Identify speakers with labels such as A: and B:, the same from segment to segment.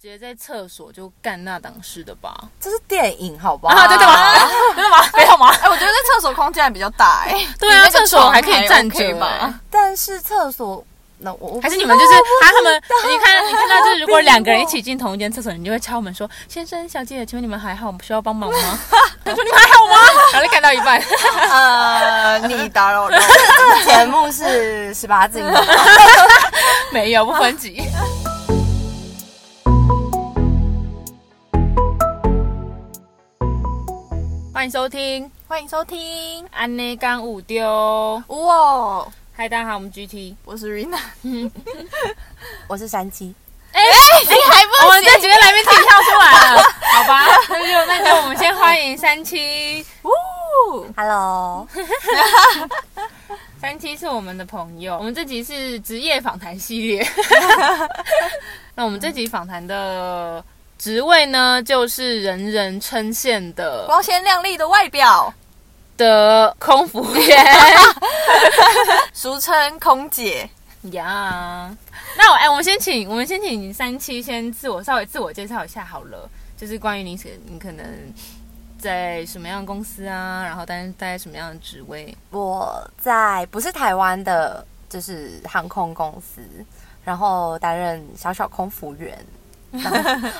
A: 直接在厕所就干那档事的吧？
B: 这是电影，好不好？
A: 啊，对对吧？对的吗？ 没有吗？
C: 哎、我觉得厕所空间还比较大哎、
A: 对啊，
C: 你那个
A: 厕所还可
C: 床
A: 以站着啊
C: OK
A: 吧？
C: 吧？
B: 但是厕所，那我我
A: 还
B: 不
A: 是
B: 知
A: 你们 就是
B: 道
A: 啊？他们你看你看到就是，如果
B: 我
A: 两个人一起进同一间厕所，你就会敲门说：“先生、小姐，请问你们还好？需要帮忙吗？” 他说：“你们还好吗？” 然后就看到一半，
C: 呃，你打扰了。
B: 这节目是十八 禁的，
A: 没有不分级。欢迎收听《
C: 欢迎收听，
A: 安内干五丢》。
C: 哇，
A: 嗨，大家好，我们 GT。
C: 我是 Rina，
B: 我是山鸡，
A: 哎、你还不我们这几位来宾自己跳出来 了，好吧？那就那就我们先欢迎三七，
C: 呜，
B: Hello，
A: 三七是我们的朋友，我们这集是职业访谈系列。 那我们这集访谈的职位呢，就是人人称羡的
C: 光鲜亮丽的外表，
A: 的空服员
C: 俗称空姐。
A: 呀。那我哎、我们先请我们先请三七先自我稍微自我介绍一下好了，就是关于你是你可能在什么样的公司啊，然后担担任什么样的职位。
B: 我在不是台湾的，就是航空公司，然后担任小小空服员，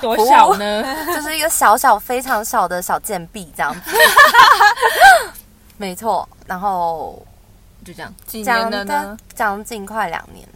A: 多小呢？
B: 就是一个小小非常小的小贱婢这样子，没错。然后
A: 就这样，
C: 几
B: 讲
C: 年了
B: 的
C: 呢？
B: 将近快两年，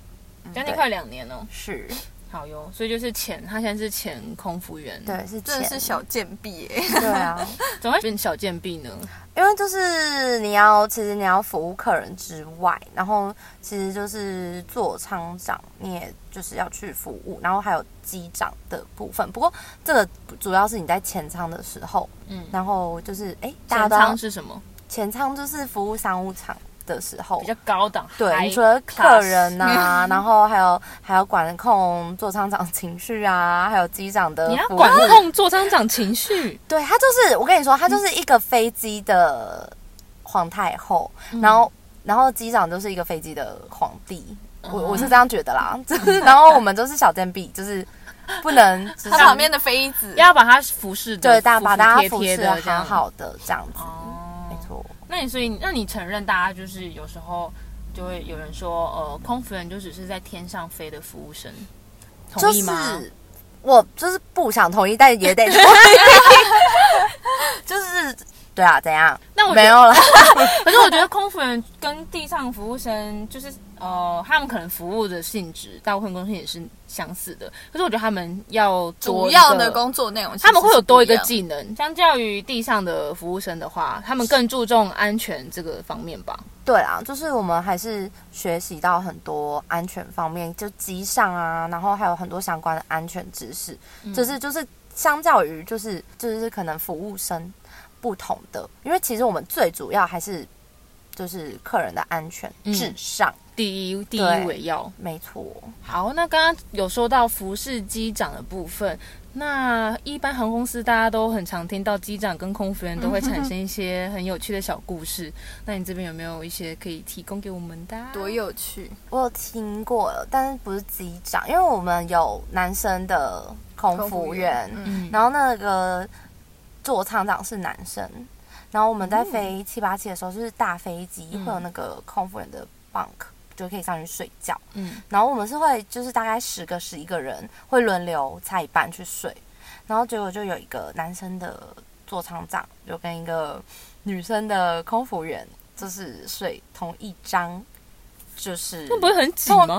A: 将近快两年哦、
B: 是
A: 好哟，所以就是前，他现在是前空服员，，
B: 对是
C: 真的是
B: 钱，
C: 小贱婢 哎、
B: 对啊。
A: 怎么会变小贱婢呢？
B: 因为就是你要，其实你要服务客人之外，然后其实就是做舱长，你也就是要去服务，然后还有机长的部分。不过这个主要是你在前舱的时候，
A: 嗯，
B: 然后就是哎，大家
A: 前
B: 都要
A: 舱是什么？
B: 前舱就是服务商务舱的时候
A: 比，较高档，
B: 对，
A: high
B: 你除了客
A: class
B: 人呐、然后还有还要管控座舱长情绪啊，还有机长的
A: 你要
B: 服务
A: 管控座舱长情绪，
B: 对，她就是我跟你说，她
A: 嗯
B: 就是一个飞机的皇太后，
A: 嗯
B: 然后然后机长就是一个飞机的皇帝，
A: 哦
B: 我我是这样觉得啦。 就是然后我们就是小贱婢，就是 不能就是
C: 她旁边的妃子，
A: 要把他服侍的
B: 对大
A: 服
B: 把
A: 服
B: 大家
A: 帖
B: 服
A: 帖
B: 侍
A: 的
B: 的
A: 这样
B: 好。好的这样子，没
A: 哦，
B: 错。
A: 那你所以那你承认大家就是有时候就会有人说，呃，空服员就只是在天上飞的服务生，
B: 就
A: 同意
B: 是
A: 吗？
B: 我就是不想同意，但也得 同意，就是对啊，怎样？
A: 那我觉
B: 没
A: 得
B: 有了，
A: 可是我觉得空服员跟地上服务生，就是呃，他们可能服务的性质，大部分公司也是相似的。可是我觉得他们要多
C: 主
A: 一个
C: 要的，工作内容，
A: 他们会有多一个
C: 技。
A: 技能，相较于地上的服务生的话，他们更注重安全这个方面吧。
B: 对啊，就是我们还是学习到很多安全方面，就机上啊，然后还有很多相关的安全知识，就是就是相较于就是就是可能服务生不同的，因为其实我们最主要还是就是客人的安全
A: 嗯
B: 至上，
A: 第一，第一
B: 对
A: 位要
B: 没错。
A: 好。那刚刚有说到服饰机长的部分，那一般航空公司大家都很常听到机长跟空服员都会产生一些很有趣的小故事。那你这边有没有一些可以提供给我们的啊、
C: 多有趣！
B: 我有听过，但是不是机长，因为我们有男生的空
C: 空服
B: 服员
C: 员，嗯
A: 嗯
B: 然后那个座舱长是男生，然后我们在飞七八七的时候，就是大飞机
A: 嗯
B: 会有那个空服人的 bunk，就可以上去睡觉。
A: 嗯，
B: 然后我们是会就是大概十个十一个人会轮流拆一半去睡，然后结果就有一个男生的座舱长就跟一个女生的空服员就是睡同一张，就是
A: 那不会很挤
B: 哦
A: 吗？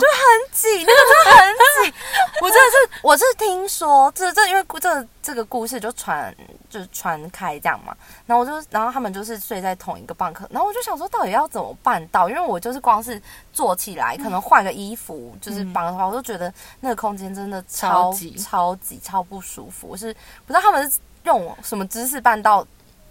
B: 挤，那个真的很挤。 我真的是，我是听说这这因为故这这个故事就传就是传开这样嘛，然后我就然后他们就是睡在同一个蚌壳，然后我就想说到底要怎么办到？因为我就是光是坐起来，可能换个衣服就是绑的话，我就觉得那个空间真的
A: 超
B: 超
A: 级
B: 超级超不舒服。我是不知道他们是用什么姿势办到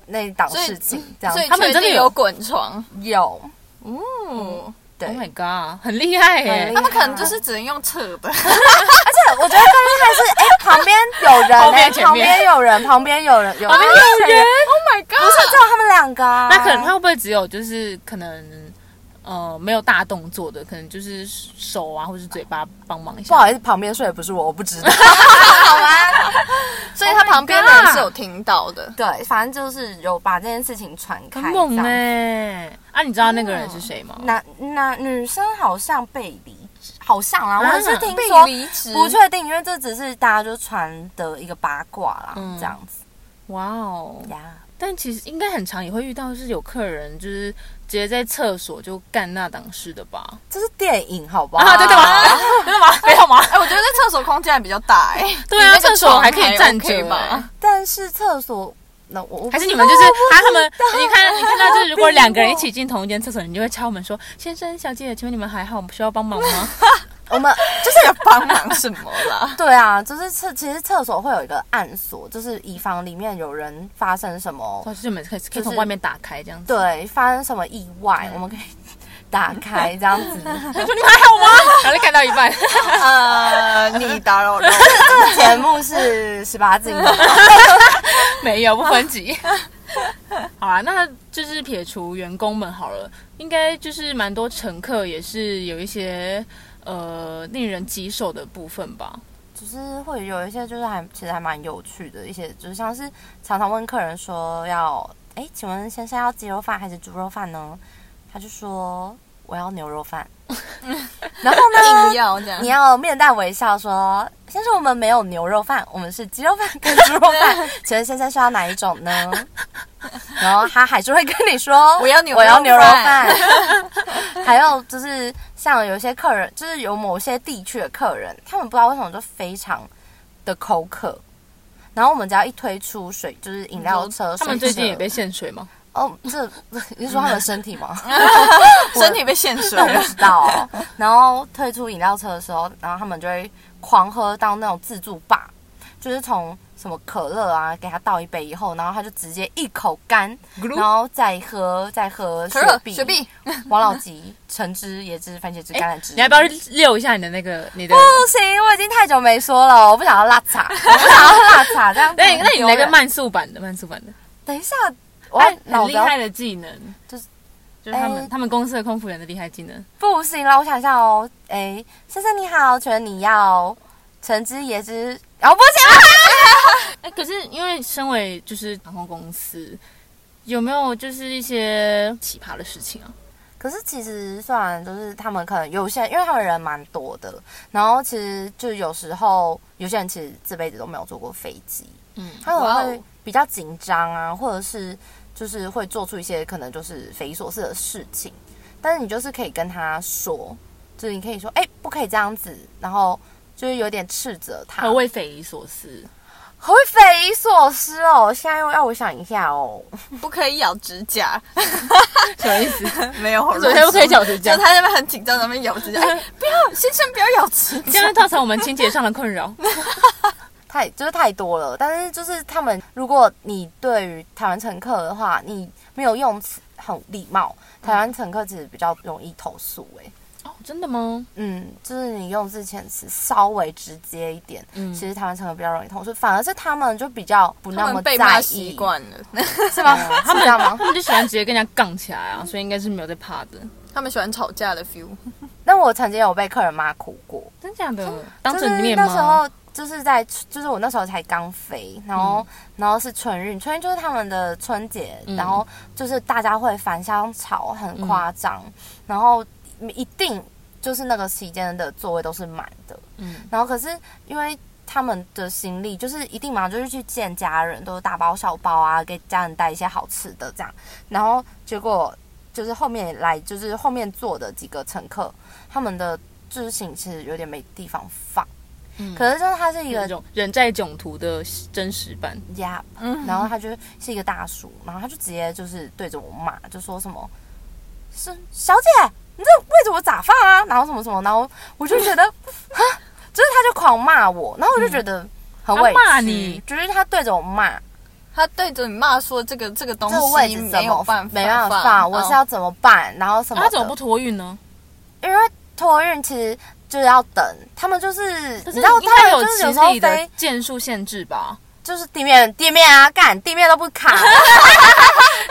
B: 那一档
C: 所以
B: 事情，这样
C: 所以
A: 他们
C: 确定
A: 真的有
C: 有滚床，
B: 有
C: 嗯，
B: 对。
A: Oh my god，很厉害
B: 很
A: 耶
B: 厉！
C: 他们可能就是只能用扯的，
B: 而且 我觉得更厉害是，哎、旁边有 人、
A: 后面
B: 哎，
A: 前
B: 旁
A: 面
B: 边有人，旁边 有人，有
A: 旁边有人
C: ，Oh my
B: 不
C: god！
B: 哦是只有他们两个、啊，
A: 那可能他会不会只有就是可能呃没有大动作的，可能就是手啊或是嘴巴帮忙一
B: 不
A: 下。
B: 好意思，旁边睡的不是我，我不知道，好吧，
C: 有听到的，
B: 对，反正就是有把这件事情传开。
A: 很猛
B: 这样
A: 哎、啊，你知道那个人
B: 哦
A: 是谁吗？
B: 男男女生好像被离职，好像啦，
A: 啊
B: 我是听
C: 被
B: 说
C: 嗯离
A: 嗯
C: 职，
B: 不确定，因为这只是大家就传的一个八卦啦，
A: 嗯
B: 这样子
A: 哇哦！
B: 呀。
A: 但其实应该很常也会遇到，是有客人就是直接在厕所就干那档事的吧？
B: 这是电影，好不好？
A: 啊，真的吗？真的吗？ 没有吗？
C: 哎，我觉得在厕所空间还比较大哎，
A: 对啊
C: 你那个
A: 厕所还可以
C: 床还
A: 站
C: OK
A: 着欸哎
C: 吧？
B: 但是厕所，那我我不
A: 还是你
B: 知
A: 们
B: 道
A: 就是
B: 我
A: 啊，他们你看你看到就是如果两个人一
B: 逼我
A: 起进同一间厕所，你就会敲门说：“先生、小姐，请问你们还好，我们需要帮忙吗
B: 我们？
C: 就是要帮忙什么啦
B: 对啊，就是厕其实厕所会有一个暗锁，就是以防里面有人发生什？”么
A: 老师，你们可以可
B: 就
A: 以
B: 是
A: 从外面打开这样子。
B: 对发生什么意外，
C: 嗯
B: 我们可以打开这样子。
A: 他 说：“你们还好吗？” 然后就看到一半，
C: 呃，你打扰了，
B: 这个节目 是十八禁的，
A: 没有不分级。好啊，那就是撇除员工们好了，应该就是蛮多乘客也是有一些呃令人棘手的部分吧。
B: 就是会有一些就是还其实还蛮有趣的一些，就是像是常常问客人说要，哎，请问先生要鸡肉饭还是猪肉饭呢？他就说我要牛肉 饭，然后呢
C: 硬？要这样
B: 你。要面带微笑说：“先生，我们没有牛肉饭，我们是鸡肉饭跟猪肉饭，请问先生需要哪一种 呢？”然后他还是会跟你说：“
C: 我要牛肉
B: 我要牛肉
C: 饭
B: 饭。” 还有就是像有些客人，就是有某些地区的客人，他们不知道为什么就非常的口渴。然后我们只要一推出水，就是饮料车，
A: 他们
B: 水
A: 最
B: 车
A: 近也被限水吗？
B: 哦，这 你是说他们身体吗？
C: 身体被限水
B: 那我
C: 了
B: 不，知道、哦。然后退出饮料车的时候，然后他们就会狂喝到那种自助吧，就是从什么可乐啊，给他倒一杯以后，然后他就直接一口干，然后再喝再喝
C: 可
B: 雪
C: 乐、
B: 碧、
C: 雪碧，
B: 王老吉、橙汁、椰汁、番茄汁、橄榄汁。
A: 你要不要溜一下你的那个你的？
B: 不行，我已经太久没说了，我不想要辣茶， 我不想要辣茶这 样。
A: 那你那你来个
B: 慢，
A: 慢速版的，慢速版的，
B: 等一下，我要
A: 哎
B: 脑
A: 很
B: 子
A: 厉
B: 要
A: 害的技能，
B: 就是
A: 就是他们、
B: 哎
A: 他们公司的空服员的厉害技能。
B: 不行了，我想一下哦。哎，先生你好，请问你要橙汁、椰汁？哦，不行啊！
A: 哎、可是因为身为就是航空公司，有没有就是一些奇葩的事情啊？
B: 可是其实虽然就是他们可能有些人，因为他们人蛮多的，然后其实就有时候有些人其实这辈子都没有坐过飞机，
A: 嗯，
B: 他可
C: 哇
B: 能
C: 哦
B: 会比较紧张啊，或者是就是会做出一些可能就是匪夷所思的事情，但是你就是可以跟他说，就是你可以说，哎、不可以这样子，然后就是有点斥责他，
A: 何谓匪夷所思？
B: 好匪夷所思哦！现在又要我想一下哦，
C: 不可以咬指甲，
A: 什么意思？
C: 没有，
A: 首先不可以咬指
C: 就
A: 甲
C: 是，他在那边很紧张，在那边咬 指甲，哎，不要，先生不要咬指
A: 这
C: 甲，
A: 样造成我们清洁上的困 扰。
B: 太就是太多了。但是就是他们，如果你对于台湾乘客的话，你没有用词很礼貌，台湾乘客其实比较容易投诉、欸。
A: 哦，真的吗？
B: 嗯，就是你用字遣词稍微直接一点，
A: 嗯
B: 其实台湾乘客比较容易投诉，反而是他们就比较不
C: 他
B: 那么
C: 们被
B: 在
C: 骂
B: 意
C: 习，惯了，
B: 是 吗？他们这样吗？
A: 他们就喜欢直接跟人家杠起来
B: 嗯
A: 啊，所以应该是没有在怕的。
C: 他们喜欢吵架的 feel，
B: 但我曾经有被客人骂哭过，
A: 真假的？当
B: 就是
A: 着你面啊
B: 那时
A: 吗？
B: 候就是在，就是我那时候才刚飞，然后、然后是春运，春运就是他们的春节，
A: 嗯
B: 然后就是大家会返乡潮，很夸张，然后一定就是那个期间的座位都是满的，
A: 嗯，
B: 然后可是因为。他们的行李就是一定嘛，就是去见家人，都是大包小包啊，给家人带一些好吃的这样。然后结果就是后面来，就是后面坐的几个乘客，他们的就是行李其实有点没地方放。
A: 嗯
B: 可是就是它是一
A: 有
B: 个
A: 一种人在囧途的真实版。
B: 呀，
C: 嗯
B: 然后他就是一个大叔，然后他就直接就是对着我骂，就说什么“是小姐，你这位置我咋放啊？”然后什么什么，然后我就觉得 啊，就是他就狂骂我，然后我就觉得很委
A: 嗯
B: 屈，
A: 他骂你
B: 就是他对着我骂，
C: 他对着你骂说这个这个东
B: 这个位
C: 西
B: 置怎
C: 没有
B: 么
C: 办法，
B: 没办法放，我是
C: 哦
B: 要怎么办？然后
A: 那
B: 什么
A: 他
B: 的，
A: 怎么不托运呢？
B: 因为托运其实就是要等，他们就是
A: 可是
B: 你知道
A: 应该
B: 他
A: 有
B: 们就是有时
A: 其
B: 候
A: 实你的
B: 飞
A: 件数限制吧？
B: 就是地面地面啊，干地面都不卡，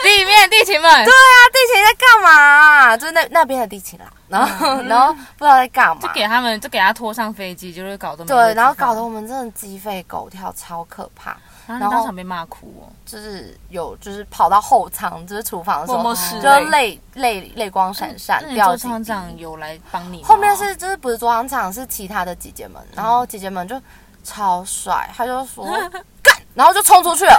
A: 地面地勤们，
B: 对啊，地勤在干嘛啊、就是那那边的地勤啦，然后、然后不知道在干
A: 就
B: 嘛，
A: 给他们就给他拖上飞机，就是搞得没位
B: 对，
A: 置
B: 然后搞得
A: 放
B: 我们真的鸡飞狗跳，超可怕。
A: 然后
B: 然
A: 你
B: 后
A: 当场被骂哭哦。
B: 就是有就是跑到后舱，就是厨房的时候，
C: 默默拭
B: 就
C: 泪嗯
B: 泪泪泪光闪闪
A: 那你
B: 掉
A: 做
B: 几
A: 厂
B: 滴
A: 长有来帮你吗？
B: 后面是就是不是桌上场是其他的姐姐们，然后姐姐们就超帅，他就 说干，然后就冲出去了。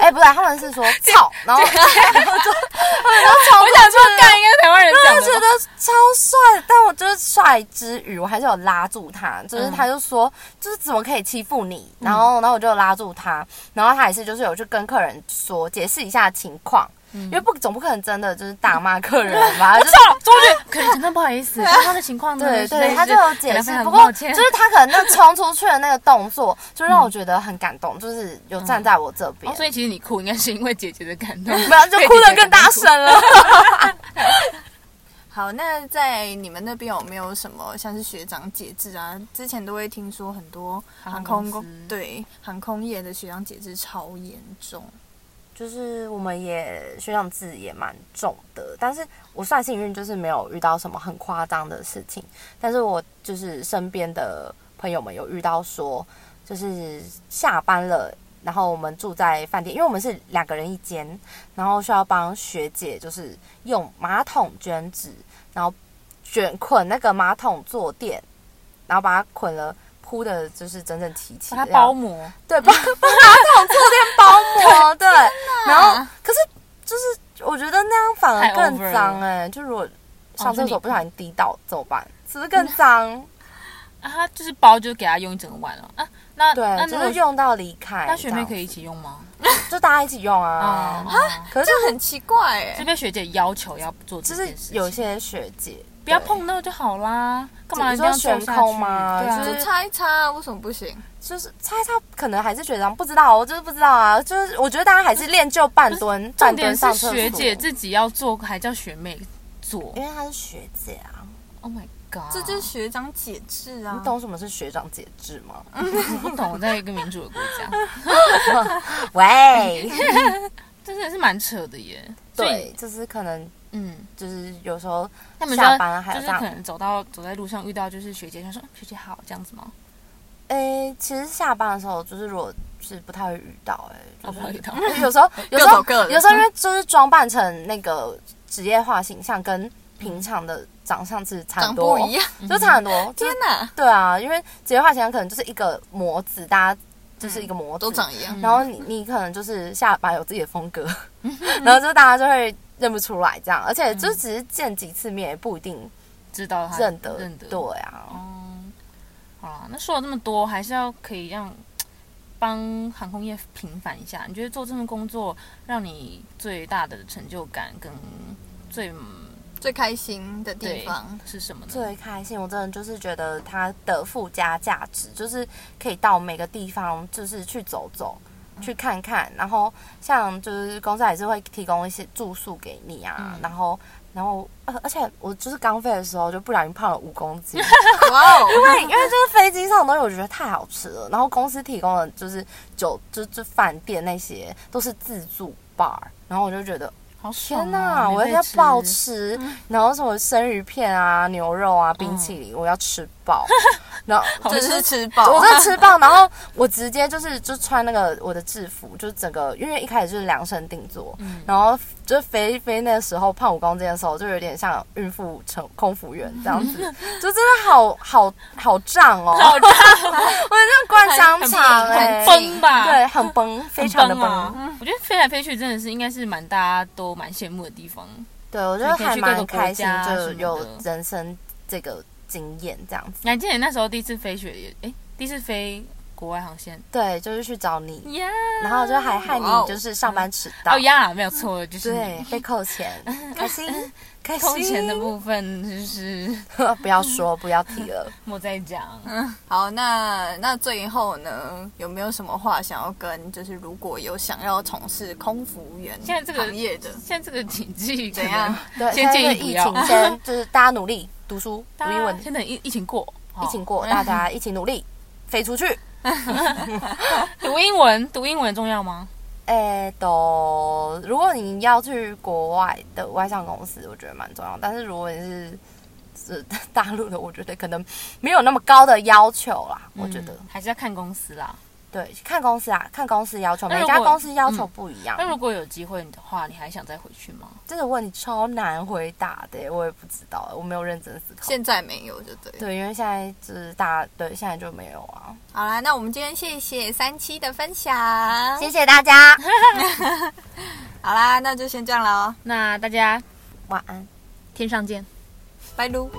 B: 哎、不对，他们是说操，然 后然后就他们就冲出去了。
A: 干应该是台湾人
B: 我
A: 讲
B: 就
A: 的
B: 觉
A: 吧。
B: 得超帅，但我就是帅之余，我还是有拉住他，就是
A: 嗯
B: 他就说，就是怎么可以欺负你？然后，然后我就拉住他，然后他也是就是有去跟客人说解释一下情况，
A: 嗯
B: 因为不总不可能真的就是大骂客人 吧，就是
A: 出去，可是真的不好意思，他的情况呢？
B: 对
A: 实在
B: 对，
A: 是
B: 他就有
A: 感
B: 解
A: 到
B: 释
A: 非，常
B: 不过
A: 抱
B: 就
A: 歉
B: 是他可能那冲出去的那个动作，就让我觉得很感动，就是有站在我这边
A: 哦，，所以其实你哭应该是因为姐姐的感动，
B: 没有就哭得更大 声了。
C: 好，那在你们那边有没有什么像是学长姐制啊？之前都会听说很多航
A: 航
C: 空
A: 空
C: 公
A: 公司
C: 对航空业的学长姐制超严重，
B: 就是我们也学长制也蛮重的，但是我算幸运，就是没有遇到什么很夸张的事情。但是我就是身边的朋友们有遇到说，就是下班了，然后我们住在饭店，因为我们是两个人一间，然后需要帮学姐就是用马桶卷纸，然后卷捆那个马桶坐垫，然后把它捆了。铺的就是整整齐齐，
A: 把它啊包膜，
B: 对， 把把马桶坐垫包膜，对，
A: 啊
B: 然后可是就是我觉得那样反而更脏哎、就如果上厕所不小心滴到怎么办？是不是更脏？
A: 啊，他就是包就给他用一整晚了啊。那那
B: 对，
A: 如
B: 就
A: 果
B: 是用到离开。
A: 那学妹可
B: 以，
A: 以一起用吗？
B: 就大家一起用啊
A: 啊。，
B: 可是
C: 这很奇怪
A: 这
C: 哎、
A: 边学姐要求要做这
B: 就
A: 件
B: 是
A: 事情，
B: 有些学姐
A: 不要，碰到就好啦，干嘛
B: 你
A: 一定
B: 说
A: 要做
B: 悬
A: 下
B: 空
A: 去？
B: 吗
A: 对啊，
B: 就是
C: 就擦一擦，为什么不行？
B: 对就是猜他可能还是学长，不知道，我就是不知道啊。就是我觉得大家还是练就半蹲，半
A: 重
B: 蹲
A: 点
B: 上
A: 是
B: 厕所。
A: 学姐自己要做，还叫学妹做
B: 因为她是学姐啊，
A: ？Oh my god，
C: 这就是学长姐制啊
B: 你！懂什么是学长姐制吗？
A: 不懂，我在一个民主的国家，
B: 喂，
A: 真的是蛮扯的耶。 所
B: 对
A: 以，，
B: 就是可能
A: 嗯，
B: 就是有时候
A: 他们
B: 下班啊还
A: 就
B: 有
A: 是
B: 这
A: 可
B: 样。
A: 能走到走在路上遇到就是学姐，她说学姐好这样子吗？
B: 诶、其实下班的时候，就是如果是不太会遇到、
A: 我不好遇到，
B: 哎， 就是 有时候有时候
C: 走各的
B: 有时候因为就是装扮成那个职业化形象，跟平常的长相是差
C: 长
B: 很多
C: 不，一样，
B: 就差
A: 嗯
B: 很多。就
C: 天
B: 是
C: 哪，
B: 对啊，因为职业化形象可能就是一个模子，大家就是一嗯个
A: 嗯
B: 模子，
C: 都长一样。
B: 然后你你可能就是下巴有自己的 风格，然后就大家就会认不出来这样，而且
A: 嗯
B: 就只是见几次面也不一定
A: 知道她
B: 认得，
A: 认得
B: 对啊，
A: 嗯，好啦，那说了这么多，还是要可以让帮航空业平反一下。你觉得做这份工作让你最大的成就感跟最嗯
C: 最开心的地
A: 对
C: 方，
A: 是什么呢？
B: 最开心，我真的就是觉得它的附加价值，就是可以到每个地方，就是去走走，去看看。然后像就是公司还是会提供一些住宿给你啊，
A: 嗯
B: 然后然后而而且我就是刚飞的时候就不小心胖了五公斤，
C: 哇哦！
B: 对，因为就是飞机上的东西我觉得太好吃了，然后公司提供的就是酒，就就饭店那些都是自助 bar，然后我就觉得
A: 好爽、啊！
B: 天呐，我
A: 免费
B: 要
A: 吃
B: 暴吃，然后什么生鱼片啊、牛肉啊、冰淇淋，我要吃爆。然后
C: 这
B: 就是
C: 是吃
B: 我
C: 饱，
B: 真的吃爆，然后我直接就是就穿那个我的制服，就是整个因为一开始就是量身定做，然后就是飞一飞那时候胖五公斤的时候，就有点像孕妇乘空服员这样子，就真的好好好胀哦，
A: 好吃
B: 我像灌香肠
C: 很
B: 哎、
A: 崩吧？
B: 对，很崩，非常的
A: 很
B: 崩。
A: 啊！我觉得飞来飞去真的是应该是蛮大家都蛮羡慕的地方。
B: 对，我觉得还蛮开心
A: 你可以去各个国家，
B: 就
A: 什么的
B: 有人生这个经验这样子。
A: 你还记得你那时候第一次飞雪也哎，第一次飞国外航线
B: 对，就是去找你，
A: 呀
B: 然后就还害你
C: 哇哦
B: 就是上班迟到
A: 哦，呀，没有错，就是
B: 对，被扣钱， 开心，开心。
A: 空前的部分就是。
B: 不要说，不要提了。
A: 莫再讲，
C: 好，那那最后呢，有没有什么话想要跟？就是如果有想要从事空服务员
A: 现在这个
C: 行业的，
A: 现在这个经济
C: 怎样？
B: 对，
A: 先
B: 现在
A: 建
B: 这
A: 议不
B: 疫
A: 要
B: 情，先就是大家努力读书，读
A: 大
B: 英
A: 家
B: 文，
A: 先等疫疫情过，哦
B: 疫
A: 好
B: 情过，大家一起努力，飞出去。
A: 读英文，读英文重要吗？
B: 诶，哎都，如果你要去国外的外商公司，我觉得蛮重要。但是如果你是是大陆的，我觉得可能没有那么高的要求啦。我觉得
A: 嗯还是要看公司啦。
B: 对，看公司啊，看公司要求，
A: 那
B: 每
A: 如果嗯
B: 家公司要求不一样。
A: 那如果有机会的话，你还想再回去吗？
B: 这个问题超难回答的耶，我也不知道，我没有认真思考。
C: 现在没有就对。
B: 对，因为现在就是大家对现在就没有啊。
C: 好啦，那我们今天谢谢三七的分享，
B: 谢谢大家，
C: 好啦，那就先这样了哦，
A: 那大家
B: 晚安。
A: 天上见。
C: 拜喽。